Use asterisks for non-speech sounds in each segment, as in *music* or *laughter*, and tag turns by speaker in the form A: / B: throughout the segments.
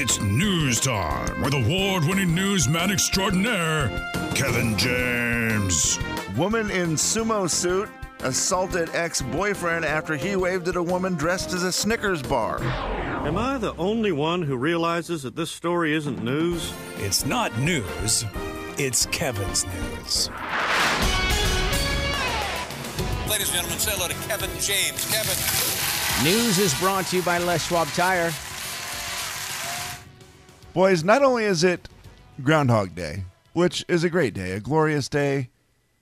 A: It's news time with award winning newsman extraordinaire, Kevin James.
B: Woman in sumo suit assaulted ex boyfriend after he waved at a woman dressed as a Snickers bar.
C: Am I the only one who realizes that this story isn't news?
D: It's not news, it's Kevin's news.
E: Ladies and gentlemen, say hello to Kevin James. Kevin.
F: News is brought to you by Les Schwab Tire.
B: Boys, not only is it Groundhog Day, which is a great day, a glorious day.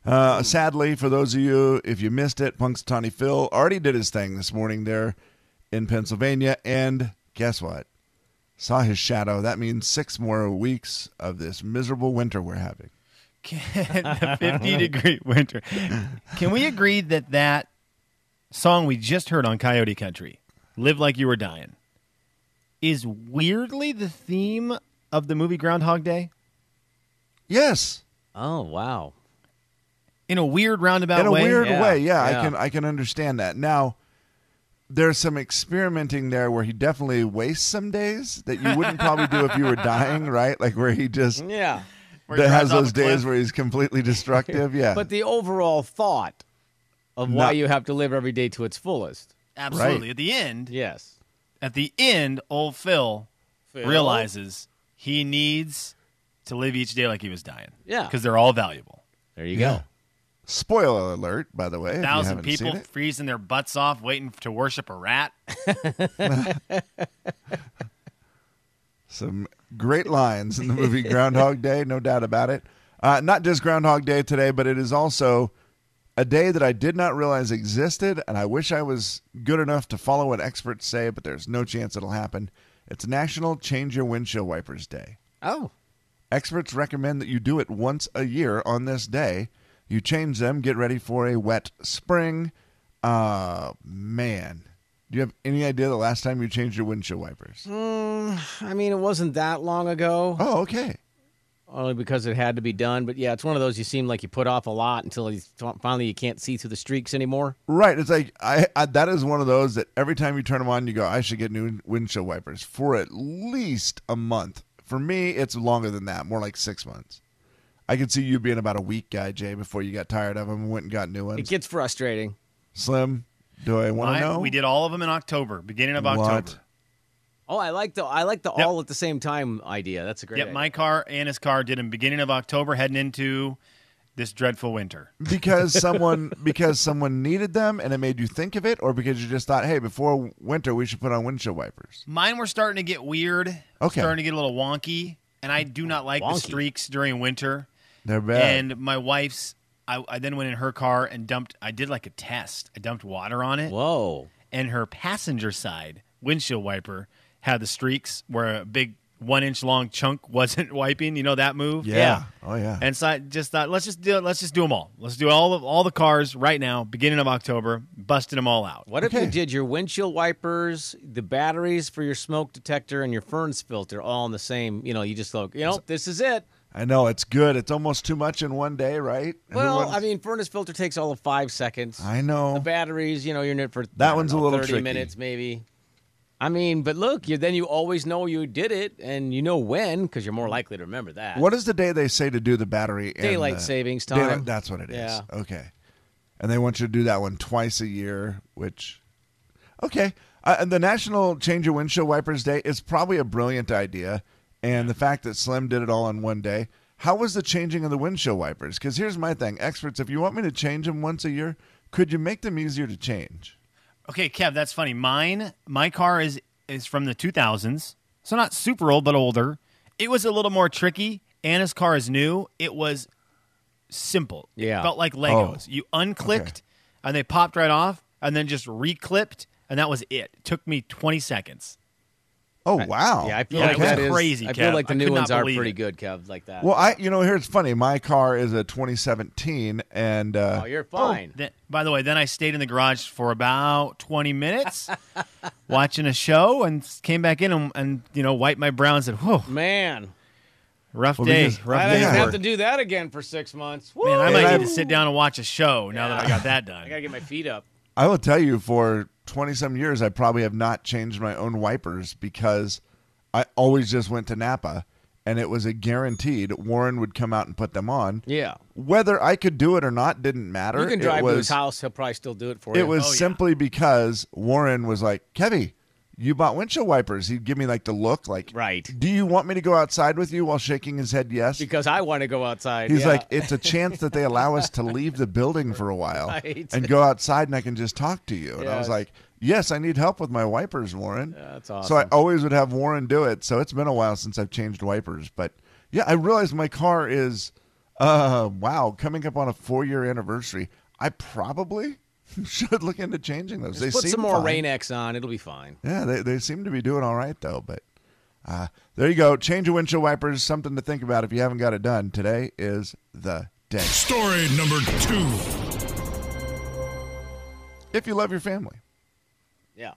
B: Uh, sadly, for those of you, if you missed it, Punxsutawney Phil already did his thing this morning there in Pennsylvania, and guess what? Saw his shadow. That means six more weeks of this miserable winter we're having.
G: *laughs* the 50 degree winter. Can we agree that that song we just heard on Coyote Country, Live Like You Were Dying, is weirdly the theme of the movie Groundhog Day?
B: Yes,
F: Oh, wow.
G: In a weird roundabout
B: in a
G: way.
B: weird
F: Yeah.
B: way. Yeah, I
F: Yeah.
B: can I can understand that. Now, there's some experimenting there where he definitely wastes some days that you wouldn't probably do if you were dying, right? Like where he just
F: Yeah.
G: where he
B: that has
G: drives off
B: those
G: a cliff.
B: days where he's completely destructive. Yeah,
F: But the overall thought of why
B: No.
F: you have to live every day to its fullest.
G: Absolutely.
B: Right.
G: At the end,
F: Yes.
G: at the end, old Phil,
F: Phil?
G: realizes he needs to live each day like he was dying.
F: Yeah.
G: Because they're all valuable.
F: There you
B: Yeah. spoiler alert, by the way. if you
G: Thousand
B: haven't seen
G: people
B: it.
G: freezing their butts off waiting to worship a rat.
B: Some great lines in the movie Groundhog Day, no doubt about it. Uh, not just Groundhog Day today, but it is also a day that I did not realize existed, and I wish I was good enough to follow what experts say, but there's no chance it'll happen. It's National Change Your Windshield Wipers Day.
F: go. Oh.
B: Experts recommend that you do it once a year on this day. You change them, get ready for a wet spring. Uh, man. Do you have any idea the last time you changed your windshield wipers?
F: I mean, it wasn't that long ago,
B: Oh, okay.
F: only because it had to be done. But yeah, it's one of those you seem like you put off a lot until you finally you can't see through the streaks anymore.
B: Right. It's like I, I that is one of those that every time you turn them on, you go, I should get new windshield wipers for at least a month. For me, it's longer than that, more like six months. I could see you being about a week guy, Jay, before you got tired of them and went and got new
F: It
B: ones.
F: gets frustrating.
B: Slim, do I want to
G: Mine-
B: know?
G: We did all of them in October, beginning of
B: What?
G: October.
F: Oh, I like the I like the
G: Yep.
F: all at the same time idea. That's a great.
G: Yep, my car and his car did them beginning of October, heading into this dreadful winter.
B: because
G: *laughs*
B: someone because someone needed them and it made you think of it, or because you just thought, hey, before winter, we should put on windshield wipers.
G: Mine were starting to get weird.
B: Okay.
G: Starting to get a little wonky, and I do not like the
F: Wonky.
G: streaks during winter.
B: They're bad.
G: And my wife's, I, I then went in her car and dumped. I did like a test. I dumped water on it,
F: Whoa.
G: and her passenger side windshield wiper had the streaks where a big one inch long chunk *laughs* wasn't wiping. You know that move?
B: yeah. Oh yeah.
G: And so I just thought, let's just do it. Let's just do them all. Let's do all of all the cars right now, beginning of October, busting them all out.
F: What if
B: Okay.
F: you did your windshield wipers, the batteries for your smoke detector, and your ferns filter all in the same? You know, you just look. You know, this is it.
B: I know it's good. It's almost too much in one day, right? Who
F: Well,
B: wants-
F: I mean, furnace filter takes all of five seconds.
B: I know.
F: The batteries, you know, you're in it for
B: That
F: I don't
B: one's a
F: know,
B: little
F: thirty
B: tricky.
F: minutes maybe. I mean, but look, you then you always know you did it, and you know when because you're more likely to remember that.
B: What is the day they say to do the battery? and
F: Daylight
B: the-
F: savings time.
B: Daylight- that's what it is.
F: Yeah.
B: Okay. And they want you to do that one twice a year, which, okay. Uh, and the National Change Your Windshield Wipers Day is probably a brilliant idea. And the fact that Slim did it all in one day. How was the changing of the windshield wipers? Because here's my thing experts, if you want me to change them once a year, could you make them easier to change?
G: Okay, Kev, that's funny. Mine, my car is is from the 2000s, so not super old, but older. It was a little more tricky. Anna's car is new. It was simple.
F: Yeah.
G: it felt like Legos. you unclicked, and they popped right off, and then just reclipped, and that was it. It took me 20 seconds.
B: Oh, wow.
F: Yeah, I feel
G: Yeah,
F: like
G: it was
F: that is
G: crazy,
F: I feel
G: Kev.
F: like the
G: I
F: new
G: could not
F: ones are
G: believe
F: pretty
G: it.
F: good, Kev. Like that.
B: Well, I you know here's funny. My car is a 2017, and uh,
F: oh, you're fine.
G: Then, by the way, then I stayed in the garage for about 20 minutes *laughs* watching a show, and came back in and, and you know wiped my brow and said, "Whoa,
F: Man,
G: rough
B: Well,
G: day,
B: because-
G: rough
B: Yeah.
F: I
G: day."
F: didn't
G: at
F: have
G: work."
F: to do that again for six months. Woo!
G: Man, I might
B: I've-
G: need to sit down and watch a show now that I got that
F: I gotta
G: done.
F: get my feet up.
B: I will tell you, for 20 some years, I probably have not changed my own wipers because I always just went to Napa, and it was a guaranteed Warren would come out and put them on.
F: Yeah.
B: Whether I could do it or not didn't matter.
F: You can
B: It
F: drive to his
B: was-
F: house. He'll probably still do it for you.
B: It was simply because Warren was like, Kevy, you bought windshield wipers. He'd give me like the look, like,
F: Right.
B: Do you want me to go outside with you while shaking his head yes?
F: Oh, because I want to go outside.
B: He's
F: yeah.
B: like, it's a chance that they allow us to leave the building for a while
F: *laughs* Right.
B: and go outside and I can just talk to you. And I was
F: Yes.
B: like, yes, I need help with my wipers, Warren.
F: that's
B: So I
F: awesome.
B: always would have Warren do it. So it's been a while since I've changed wipers. But yeah, I realized my car is, uh, wow, coming up on a four year anniversary. I probably *laughs* should look into changing those. they
F: Just put
B: seem
F: some more
B: fine.
F: Rain-X on. It'll be fine.
B: Yeah, they, they seem to be doing all right though. But uh, there you go. Change your windshield wipers. Something to think about if you haven't got it done. Today is the day.
A: Story number two.
B: If you love your family,
F: Yeah.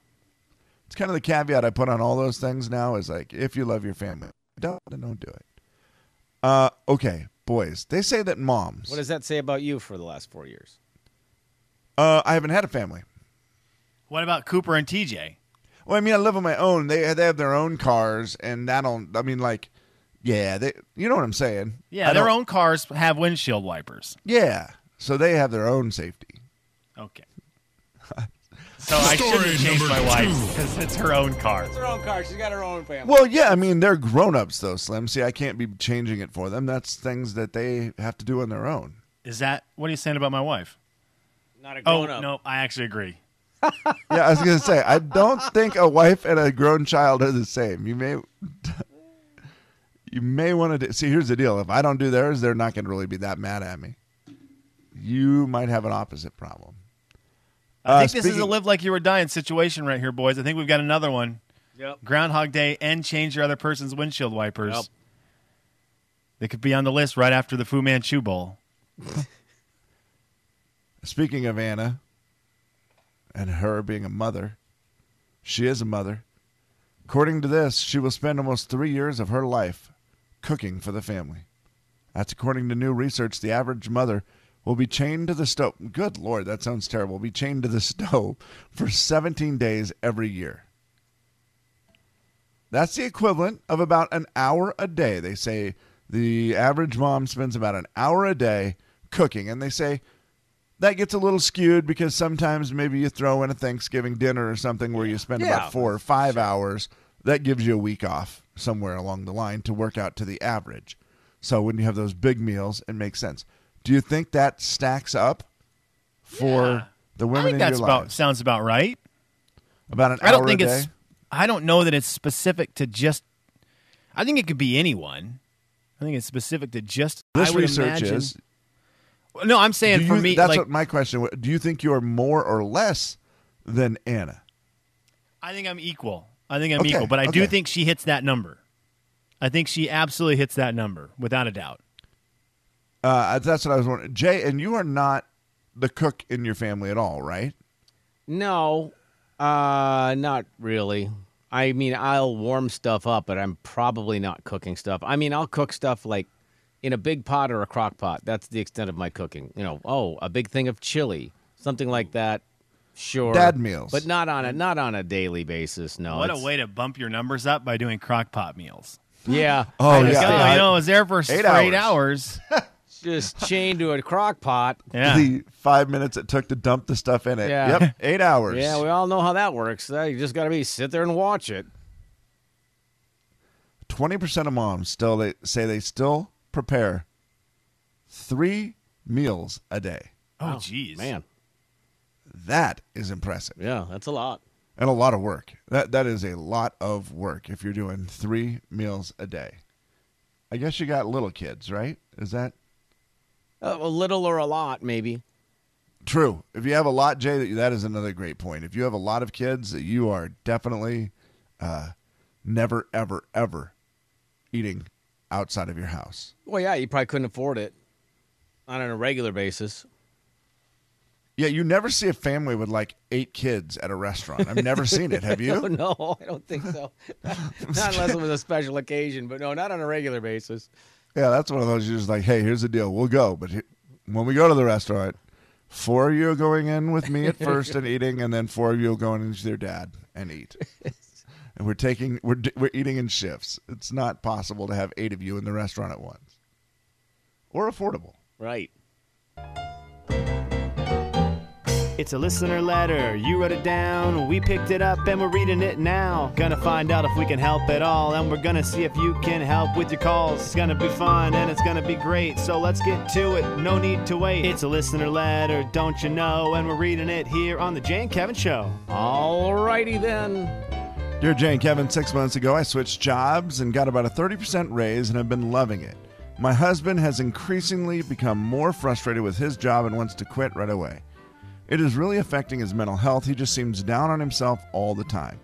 B: it's kind of the caveat I put on all those things now is like if you love your family, don't then don't do it. Uh, okay, boys. They say that moms.
F: What does that say about you for the last four years?
B: uh, I haven't had a family.
G: What about Cooper and TJ?
B: Well, I mean, I live on my own. They they have their own cars, and that don't. I mean, like, yeah, they. You know what I'm saying?
G: Yeah,
B: I
G: their
B: don't-
G: own cars have windshield wipers.
B: Yeah. So they have their own safety.
G: Okay. So I
A: Story
G: shouldn't have changed
A: number
G: my wife
A: two.
G: because it's her own car.
F: It's her own car. She's got her own family.
B: Well, yeah, I mean they're grown ups though, Slim. See, I can't be changing it for them. That's things that they have to do on their own.
G: Is that what are you saying about my wife?
F: Not a
G: Oh
F: grown up.
G: no, I actually agree.
B: Yeah, I was gonna say I don't think a wife and a grown child are the same. You may, you may want to see. Here's the deal: if I don't do theirs, they're not gonna really be that mad at me. You might have an opposite problem.
G: I
B: Uh,
G: think this is a
B: speaking-
G: live like you were dying situation right here, boys. I think we've got another one.
F: Yep.
G: Groundhog Day and change your other person's windshield wipers.
F: Yep.
G: They could be on the list right after the Fu Manchu Bowl.
B: Speaking of Anna and her being a mother, she is a mother. According to this, she will spend almost three years of her life cooking for the family. That's according to new research. The average mother will be chained to the stove. Good Lord, that sounds terrible. Be chained to the *laughs* stove for 17 days every year. That's the equivalent of about an hour a day. They say the average mom spends about an hour a day cooking, and they say that gets a little skewed because sometimes maybe you throw in a Thanksgiving dinner or something where you spend
F: Yeah.
B: about four or five hours. That gives you a week off somewhere along the line to work out to the average. So when you have those big meals, it makes sense. Do you think that stacks up for the
G: I
B: women
G: think
B: in
G: that's
B: your
G: about
B: lives?
G: sounds about right.
B: About an
G: I don't
B: hour
G: think
B: a
G: it's
B: day?
G: I don't know that it's specific to just I think it could be anyone. I think it's specific to just I
B: This
G: would
B: research
G: imagine-
B: is
G: Well, No, I'm saying
B: Do
G: for
B: you-
G: me
B: that's
G: like
B: what my question. was. Do you think you are more or less than Anna?
G: I think I'm equal. I think I'm
B: Okay,
G: equal, but I do
B: okay.
G: think she hits that number. I think she absolutely hits that number without a doubt.
B: Uh, that's what I was wondering. Jay, and you are not the cook in your family at all, right?
F: No, uh, not really. I mean, I'll warm stuff up, but I'm probably not cooking stuff. I mean, I'll cook stuff like in a big pot or a crock pot. That's the extent of my cooking. You know, oh, a big thing of chili, something like that. Sure,
B: Dad meals.
F: but not on a not on a daily basis.
B: Oh,
F: No,
G: what a
F: it's-
G: way to bump your numbers up by doing crock pot meals.
F: Yeah.
B: Oh,
G: Like,
B: yeah.
G: oh,
B: I-
G: you know, I was there for s-
B: Eight
G: for eight hours.
B: *laughs*
F: just chained to a crock pot.
G: Yeah.
B: The five minutes it took to dump the stuff in it.
F: Yeah.
B: Yep, eight hours.
F: Yeah, we all know how that works. Uh, You just got to be sit there and watch it.
B: Twenty percent of moms still they say they still prepare three meals a day.
G: oh, jeez.
F: Man,
B: That is impressive.
F: yeah, that's a lot.
B: and a lot of work. That that is a lot of work if you're doing three meals a day. I guess you got little kids, right? Is that
F: Uh, a little or a lot, maybe.
B: true? If you have a lot, Jay, that, that is another great point. If you have a lot of kids, you are definitely uh, never, ever, ever eating outside of your house.
F: Well, yeah, you probably couldn't afford it on a regular basis. *laughs*
B: Yeah, you never see a family with like eight kids at a restaurant. I've never seen it. Have
F: Oh,
B: you?
F: no, I don't think so. *laughs* not unless it was a special occasion, but no, not on a regular basis.
B: Yeah, that's one of those. You're just like, hey, here's the deal. We'll go, but he- when we go to the restaurant, four of you are going in with me at first and eating, and then four of you are going in with your dad and eat. and we're taking we're d- we're eating in shifts. It's not possible to have eight of you in the restaurant at once, or affordable.
F: Right.
H: It's a listener letter. You wrote it down. We picked it up and we're reading it now. Gonna find out if we can help at all. And we're gonna see if you can help with your calls. It's gonna be fun and it's gonna be great. So let's get to it. No need to wait. It's a listener letter, don't you know? And we're reading it here on The Jane Kevin Show.
F: Alrighty then.
B: Dear Jane Kevin, six months ago I switched jobs and got about a 30% raise and have been loving it. My husband has increasingly become more frustrated with his job and wants to quit right away. It is really affecting his mental health. He just seems down on himself all the time.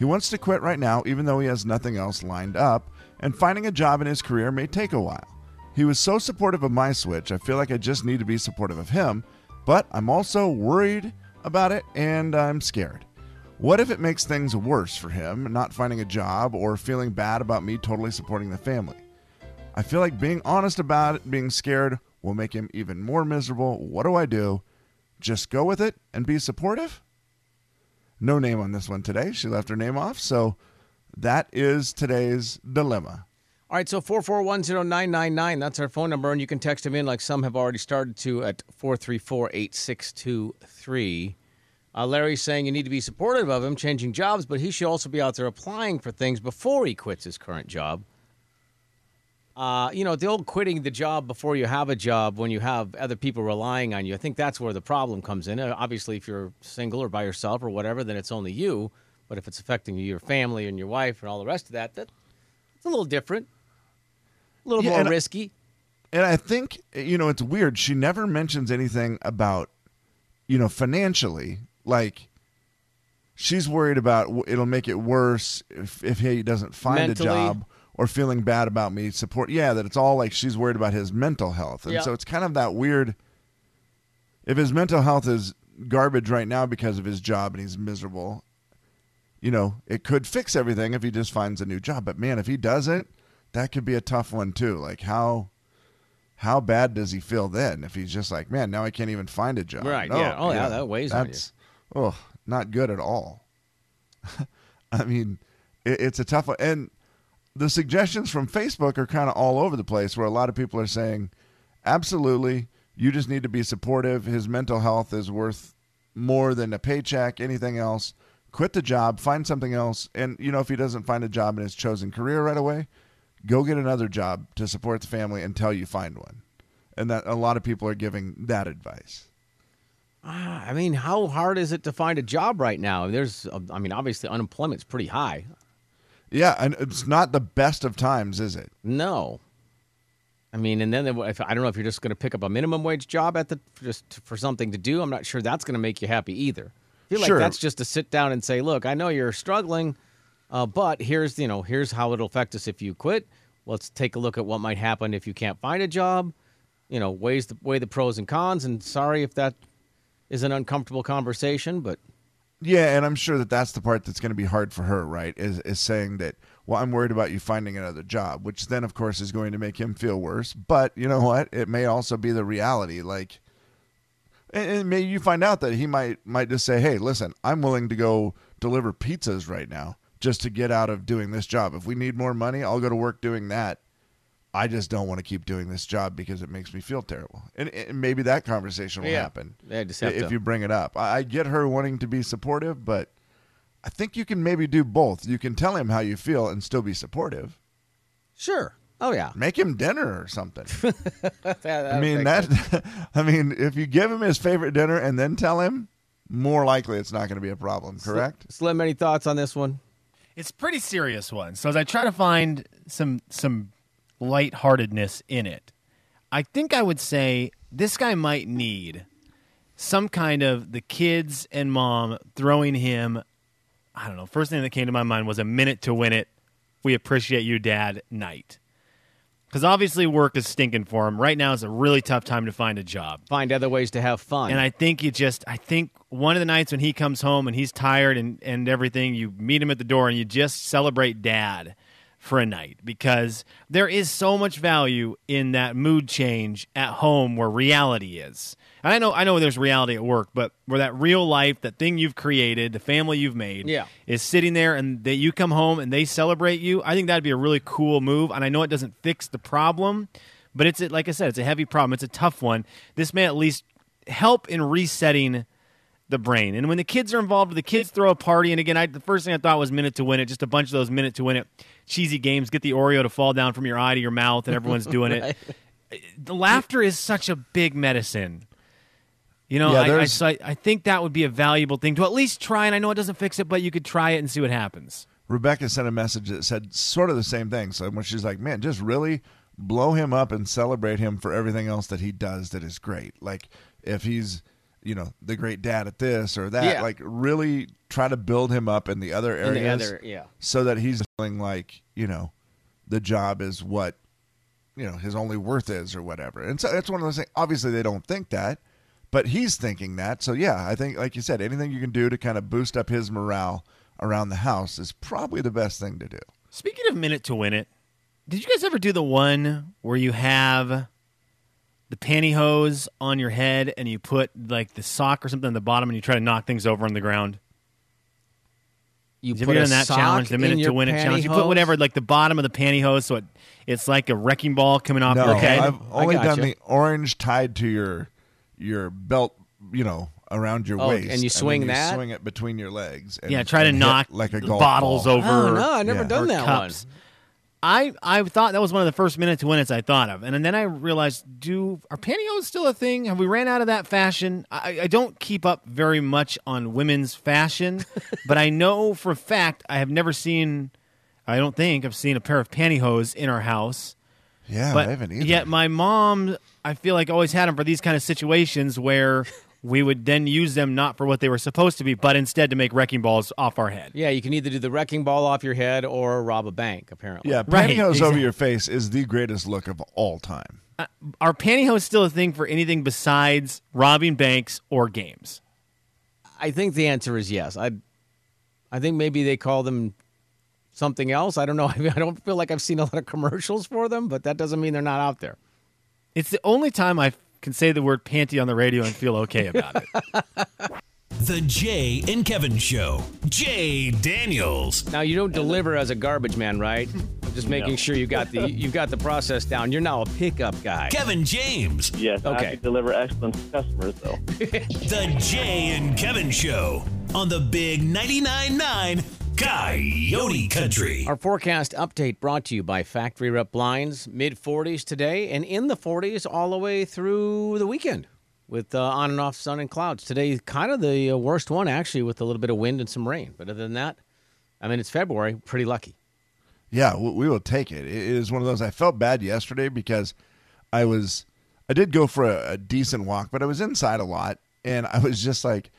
B: He wants to quit right now, even though he has nothing else lined up, and finding a job in his career may take a while. He was so supportive of my switch, I feel like I just need to be supportive of him, but I'm also worried about it and I'm scared. What if it makes things worse for him, not finding a job or feeling bad about me totally supporting the family? I feel like being honest about it, being scared, will make him even more miserable. What do I do? Just go with it and be supportive? No name on this one today. She left her name off. So that is today's dilemma.
F: All right, so 4410999, that's our phone number, and you can text them in like some have already started to at 434-8623. Uh, Larry's saying you need to be supportive of him changing jobs, but he should also be out there applying for things before he quits his current job. Uh, you know, the old quitting the job before you have a job when you have other people relying on you, I think that's where the problem comes in. Uh, Obviously, if you're single or by yourself or whatever, then it's only you. But if it's affecting your family and your wife and all the rest of that, that it's a little different, a little
B: Yeah,
F: more
B: and I-
F: risky.
B: And I think, you know, it's weird. She never mentions anything about, you know, financially. Like, she's worried about w- it'll make it worse if, if he doesn't find
F: Mentally.
B: a job or feeling bad about me support. Yeah, that it's all like she's worried about his mental health. And
F: Yeah.
B: so it's kind of that weird. If his mental health is garbage right now because of his job and he's miserable, you know, it could fix everything if he just finds a new job. But man, if he doesn't, that could be a tough one too. Like how how bad does he feel then if he's just like, man, now I can't even find a job?
F: Right,
B: No,
F: yeah. Oh, yeah, that weighs on you.
B: that's, on you. Oh, not good at all. *laughs* I mean, it, it's a tough one. And the suggestions from Facebook are kind of all over the place where a lot of people are saying, absolutely, you just need to be supportive. His mental health is worth more than a paycheck, anything else. Quit the job, find something else. And, you know, if he doesn't find a job in his chosen career right away, go get another job to support the family until you find one. And that a lot of people are giving that advice.
F: Ah, I mean, how hard is it to find a job right now? There's, uh, I mean, obviously unemployment's pretty high.
B: Yeah, and it's not the best of times, is it?
F: No. I mean, and then they- if, I don't know if you're just going to pick up a minimum wage job at the just for something to do. I'm not sure that's going to make you happy either. I feel
B: Sure.
F: like that's just to sit down and say, "Look, I know you're struggling, uh, but here's you know here's how it'll affect us if you quit. Let's take a look at what might happen if you can't find a job. You know, weighs the, weigh the pros and cons. And sorry if that is an uncomfortable conversation, but
B: Yeah, and I'm sure that that's the part that's going to be hard for her, right? Is is saying that, well, I'm worried about you finding another job, which then of course is going to make him feel worse. But you know what? It may also be the reality, like, and, and maybe you find out that he might might just say, hey, listen, I'm willing to go deliver pizzas right now just to get out of doing this job. If we need more money, I'll go to work doing that. I just don't want to keep doing this job because it makes me feel terrible. And, and maybe that conversation will
F: Yeah.
B: happen
F: Yeah, just have
B: if
F: to-
B: you bring it up. I, I get her wanting to be supportive, but I think you can maybe do both. You can tell him how you feel and still be supportive.
F: sure. Oh yeah,
B: Make him dinner or something.
F: That-
B: I mean
F: that'll
B: that. *laughs* I mean, if you give him his favorite dinner and then tell him, more likely it's not going to be a problem. Correct?
F: fix- Slim, any thoughts on this one?
G: It's a pretty serious one. So as I try to find some some lightheartedness in it, I think I would say this guy might need some kind of the kids and mom throwing him I don't know. First thing that came to my mind was a minute to win it. We appreciate you, Dad. Night. Because obviously, work is stinking for him. Right now is a really tough time to find a job.
F: Find other ways to have fun.
G: And I think you just, I think one of the nights when he comes home and he's tired and, and everything, you meet him at the door and you just celebrate dad for a night because there is so much value in that mood change at home where reality is. And I know I know there's reality at work, but where that real life, that thing you've created, the family you've made
F: Yeah.
G: is sitting there and that you come home and they celebrate you, I think that'd be a really cool move. And I know it doesn't fix the problem, but it's like I said, it's a heavy problem. It's a tough one. This may at least help in resetting the brain. And when the kids are involved, the kids throw a party. And again, I, the first thing I thought was minute to win it, just a bunch of those minute to win it cheesy games. Get the Oreo to fall down from your eye to your mouth, and everyone's doing it. The laughter is such a big medicine. You know,
B: Yeah,
G: I- I,
B: there's-
G: so I, I think that would be a valuable thing to at least try. And I know it doesn't fix it, but you could try it and see what happens.
B: Rebecca sent a message that said sort of the same thing. So when she's like, "Man, just really blow him up and celebrate him for everything else that he does that is great. Like if he's, you know, the great dad at this or that,
F: Yeah.
B: like really try to build him up in the other
F: In
B: areas
F: the other, yeah.
B: so that he's feeling like, you know, the job is what you know his only worth is or whatever. And so that's one of those things. Obviously, they don't think that, but he's thinking that. So yeah, I think like you said, anything you can do to kind of boost up his morale around the house is probably the best thing to do.
G: Speaking of minute to win it, did you guys ever do the one where you have the pantyhose on your head and you put like the sock or something on the bottom and you try to knock things over on the ground?
F: You
G: Have you
F: put a
G: ever done that
F: sock
G: challenge, the
F: in
G: minute to
F: your
G: win it challenge? You put
F: pantyhose?
G: whatever, like the bottom of the pantyhose, so it, it's like a wrecking ball coming off
B: No,
G: your head.
B: I've
F: I
B: only
F: gotcha.
B: done the orange tied to your your belt, you know, around your
F: Oh,
B: waist,
F: and you
B: then
F: swing that?
B: swing it between your legs. And,
G: yeah, try to
B: and hit
G: knock
B: like a
G: the
B: golf
G: bottles
B: ball.
G: over.
F: Oh no, I've never
B: yeah,
F: done
G: or
F: that
G: cups.
F: one.
G: I I thought that was one of the first minute to win-its I thought of, and then I realized, do are pantyhose still a thing? Have we ran out of that fashion? I, I don't keep up very much on
F: *laughs*
G: women's fashion, but I know for a fact I have never seen. I don't think I've seen a pair of pantyhose in our house.
B: Yeah,
G: But
B: I Oh, haven't either.
G: yet my mom, I feel like always had them for these kind of situations
F: *laughs*
G: where we would then use them not for what they were supposed to be, but instead to make wrecking balls off our head.
F: Yeah, you can either do the wrecking ball off your head or rob a bank. Apparently,
B: yeah,
G: Right,
B: pantyhose over
G: exactly.
B: your face is the greatest look of all time.
G: Are pantyhose still a thing for anything besides robbing banks or games?
F: I think the answer is yes. I, I think maybe they call them something else. I don't know. *laughs* I, mean, I don't feel like I've seen a lot of commercials for them, but that doesn't mean they're not out there.
G: It's the only time I can say the word panty on the radio and feel okay about it.
D: The Jay and Kevin Show. Jay Daniels.
F: Now you don't deliver as a garbage man, right? I'm just making sure you got the you've got the process down. You're now a pickup guy.
D: Kevin James.
I: Yes,
F: Okay.
I: I could deliver excellent to customers, though.
D: The Jay and Kevin Show on the Big 99.9 9 Coyote Country.
F: Our forecast update brought to you by Factory Rep Blinds, mid 40s today and in the 40s all the way through the weekend with uh, on and off sun and clouds. Today, kind of the uh, worst one, actually, with a little bit of wind and some rain. But other than that, I mean, it's February, pretty lucky.
B: Yeah, w- we will take it. It is one of those. I felt bad yesterday because I was, I did go for a, a decent walk, but I was inside a lot, and I was just like,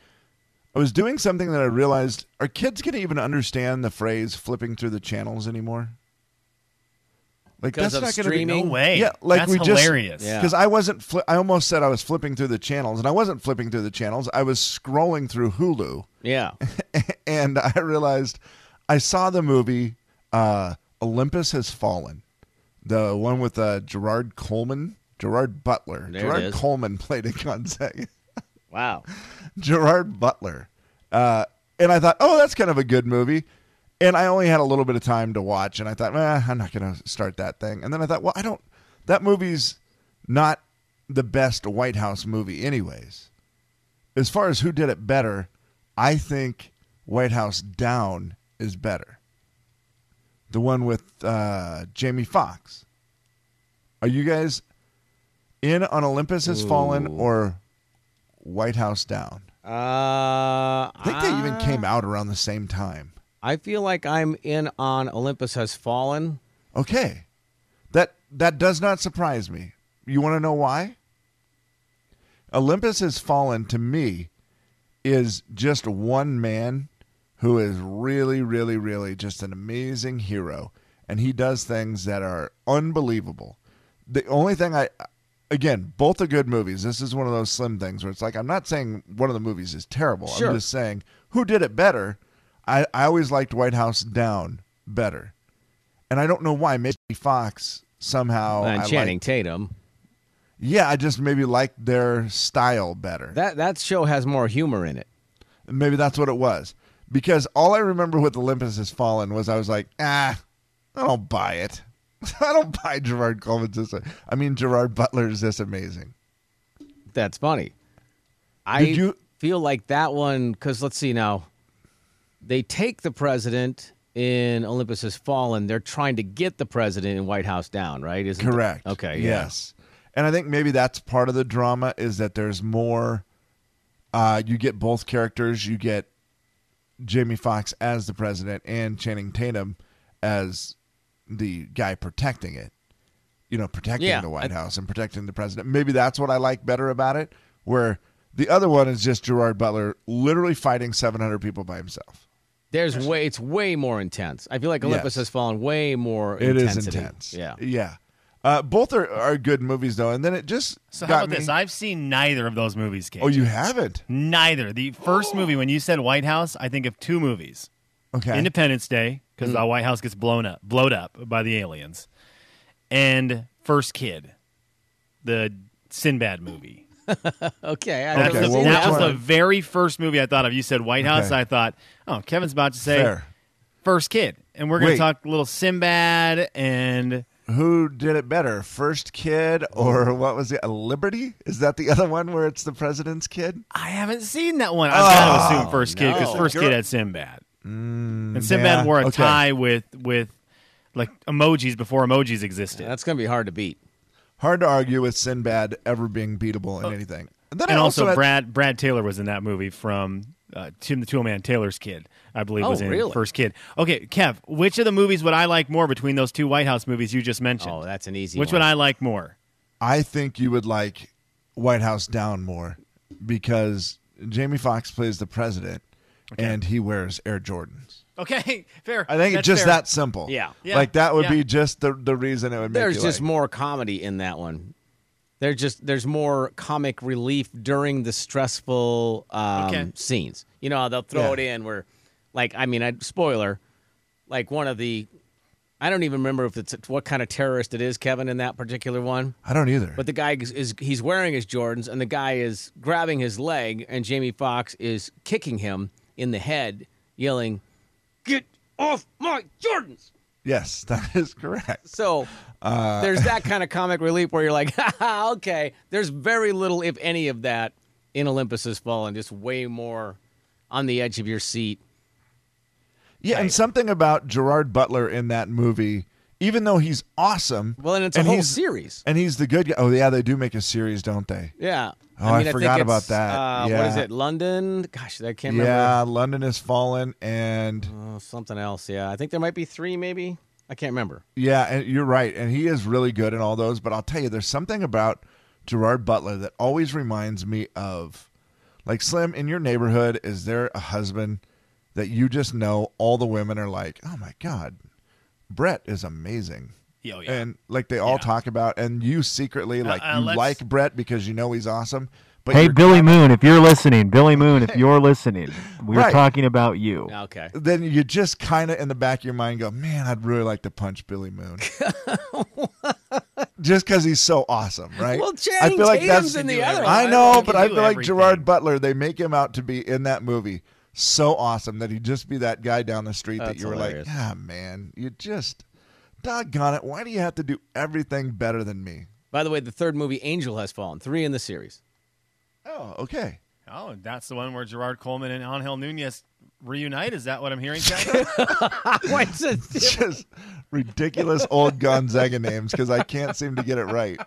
B: I was doing something that I realized: are kids going to even understand the phrase "flipping through the channels" anymore? Like *laughs*
F: Because
B: that's not
F: of
B: going to be
F: streaming? No
G: way.
B: Yeah, like
G: That's
B: we
G: hilarious.
B: just
F: Yeah.
B: because I wasn't. Fli- I almost said I was flipping through the channels, and I wasn't flipping through the channels. I was scrolling through Hulu *laughs*
F: Yeah.
B: and I realized I saw the movie uh, Olympus Has Fallen, the one with uh, Gerard Coleman, Gerard Butler.
F: There it
B: Gerard
F: is.
B: Coleman *laughs* played a Gonzaga.
F: wow.
B: Gerard Butler. Uh, and I thought, oh, that's kind of a good movie. And I only had a little bit of time to watch, and I thought, eh, I'm not going to start that thing. And then I thought, well, I don't. That movie's not the best White House movie, anyways. As far as who did it better, I think White House Down is better. The one with uh, Jamie Foxx. Are you guys in on Olympus Has Fallen or White House Down?
F: Uh, I
B: I think they even came out around the same time.
F: Uh, I feel like I'm in on Olympus Has Fallen.
B: Okay. That that does not surprise me. You want to know why? Olympus has fallen to me is just one man who is really really really just an amazing hero and he does things that are unbelievable. The only thing I again, both are good movies. This is one of those slim things where it's like I'm not saying one of the movies is terrible.
F: Sure.
B: I'm just saying who did it better? I, I always liked White House Down better. and I don't know why Mickey Fox somehow. Oh, I
F: and
B: like-
F: Channing Tatum.
B: yeah, I just maybe like their style better.
F: That that show has more humor in it.
B: maybe that's what it was. Because all I remember with Olympus Has Fallen was I was like, ah, I don't buy it. *laughs* I don't buy Gerard Coleman's this. I mean, Gerard Butler's this amazing.
F: That's funny. I
B: Did you-
F: feel like that one because let's see now. They take the president in Olympus Has Fallen. They're trying to get the president in White House down, right? Isn't it?
B: Correct.
F: Okay. Yeah.
B: Yes. And I think maybe that's part of the drama is that there's more. Uh, you get both characters. You get Jamie Foxx as the president and Channing Tatum as the guy protecting it. You know, protecting
F: Yeah,
B: the White
F: I-
B: House and protecting the president. Maybe that's what I like better about it. Where the other one is just Gerard Butler literally fighting 700 people by himself.
F: There's way. It's way more intense. I feel like Olympus
B: Yes.
F: Has Fallen way more.
B: It is
F: intensity.
B: intense.
F: Yeah.
B: yeah. Uh, both are, are good movies though, and then it just
G: So
B: got
G: how about
B: me-
G: this? I've seen neither of those movies. Cage.
B: Oh, you haven't?
G: Neither. The first movie when you said White House, I think of two movies:
B: Okay. Mm.
G: Independence Day, because the White House gets blown up, blowed up by the aliens, and First Kid, the Sinbad movie.
F: Okay. I
G: That's
F: never
B: Okay,
G: the,
F: seen
B: well,
G: that
B: which
G: was
B: one?
G: the very first movie I thought of. You said White House.
B: Okay.
G: I thought, oh, Kevin's about to say
B: Fair.
G: First Kid, and we're going
B: Wait.
G: to talk a little Sinbad and
B: Who did it better, First Kid or what was it? Liberty? Is that the *laughs* other one where it's the president's kid?
G: I haven't seen that one.
B: Oh,
G: I've got to assume first kid because
F: no.
G: first kid had Sinbad, and Sinbad
B: Mm, yeah.
G: wore a
B: Okay.
G: tie with with like emojis before emojis existed.
F: That's gonna be hard to beat.
B: Hard to argue with Sinbad ever being beatable in anything. And then
G: and
B: I
G: also,
B: had-
G: Brad Brad Taylor was in that movie from uh, Tim the Tool Man Taylor's kid, I believe,
F: Oh,
G: was in
F: really?
G: first kid. Okay, Kev, which of the movies would I like more between those two White House movies you just mentioned?
F: Oh, that's an easy.
G: which
F: one.
G: I like more?
B: I think you would like White House Down more because Jamie Foxx plays the president and he wears Air Jordans.
G: Okay, *laughs* fair.
B: I think
G: That's
B: it's just
G: fair.
B: that simple.
F: Yeah.
G: Yeah.
B: Like that would
G: Yeah.
B: be just the the reason it would make
F: There's
B: you
F: just
B: like-
F: more comedy in that one. There's just there's more comic relief during the stressful um,
G: Okay.
F: scenes. You know, they'll throw
B: Yeah.
F: it in where, like, I mean, I, spoiler, like one of the, I don't even remember if it's what kind of terrorist it is, Kevin, in that particular one.
B: I don't either.
F: But the guy is, is he's wearing his Jordans, and the guy is grabbing his leg, and Jamie Foxx is kicking him in the head, yelling, "Get off my Jordans!"
B: yes, *laughs* that is correct.
F: So
B: Uh,
F: there's
B: *laughs*
F: that kind of comic relief where you're like, *laughs* "Ha, ha, okay. There's very little, if any, of that in Olympus Has Fallen. Just way more on the edge of your seat.
B: Yeah, and something about Gerard Butler in that movie, even though he's awesome.
F: Well, and it's a whole
B: he's-
F: series.
B: And he's the good guy. Oh, yeah, they do make a series, don't they?
F: Yeah.
B: Oh, I
F: think
B: forgot about
F: it's,
B: that.
F: Uh, What is
B: Yeah.
F: it? London? Gosh, I can't
B: yeah,
F: remember.
B: London has fallen, and
F: Oh, something else. Yeah. I think there might be three, maybe. I can't remember.
B: yeah, and you're right. And he is really good in all those. But I'll tell you, there's something about Gerard Butler that always reminds me of, like Slim in your neighborhood. Is there a husband that you just know? All the women are like, oh my god, Brett is amazing.
G: Yeah, oh, yeah.
B: And like they all talk about, and you secretly like
G: uh,
B: you
G: let's-
B: like Brett because you know he's awesome. But
J: Hey,
B: you're-
J: Billy Moon, if you're listening, Billy Moon, if you're listening, we're
B: Right.
J: talking about you.
F: Okay.
B: then you just kind of in the back of your mind go, man, I'd really like to punch Billy
G: *laughs*
B: Moon. just because he's so awesome, right?
F: Well, Channing Tatum's in the other one.
B: I
G: He
B: know,
G: can
B: but I
G: do
B: feel like
G: everything.
B: Gerard Butler, they make him out to be in that movie so awesome that he'd just be that guy down the street that
F: That's
B: you were
F: hilarious.
B: like, ah, man, you just, doggone it, why do you have to do everything better than me?
F: By the way, the third movie, Angel Has Fallen, three in the series. *laughs*
B: Oh, okay.
G: Oh, that's the one where Gerard Coleman and Angel Nunez reunite. Is that what I'm hearing? Kevin?
F: What's it?
B: *laughs* Just ridiculous old Gonzaga names because I can't seem to get it right.